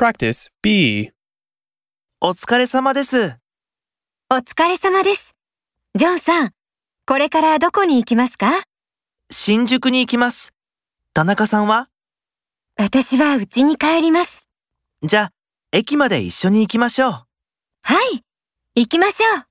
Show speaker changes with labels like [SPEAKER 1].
[SPEAKER 1] Practice B.
[SPEAKER 2] お疲れ様です。
[SPEAKER 3] お疲れ様です。ジョンさん、これからどこに行きますか
[SPEAKER 2] 新宿に行きます。田中さんは
[SPEAKER 3] 私は家に帰ります。
[SPEAKER 2] じゃあ、駅まで一緒に行きましょう。
[SPEAKER 3] はい、行きましょう。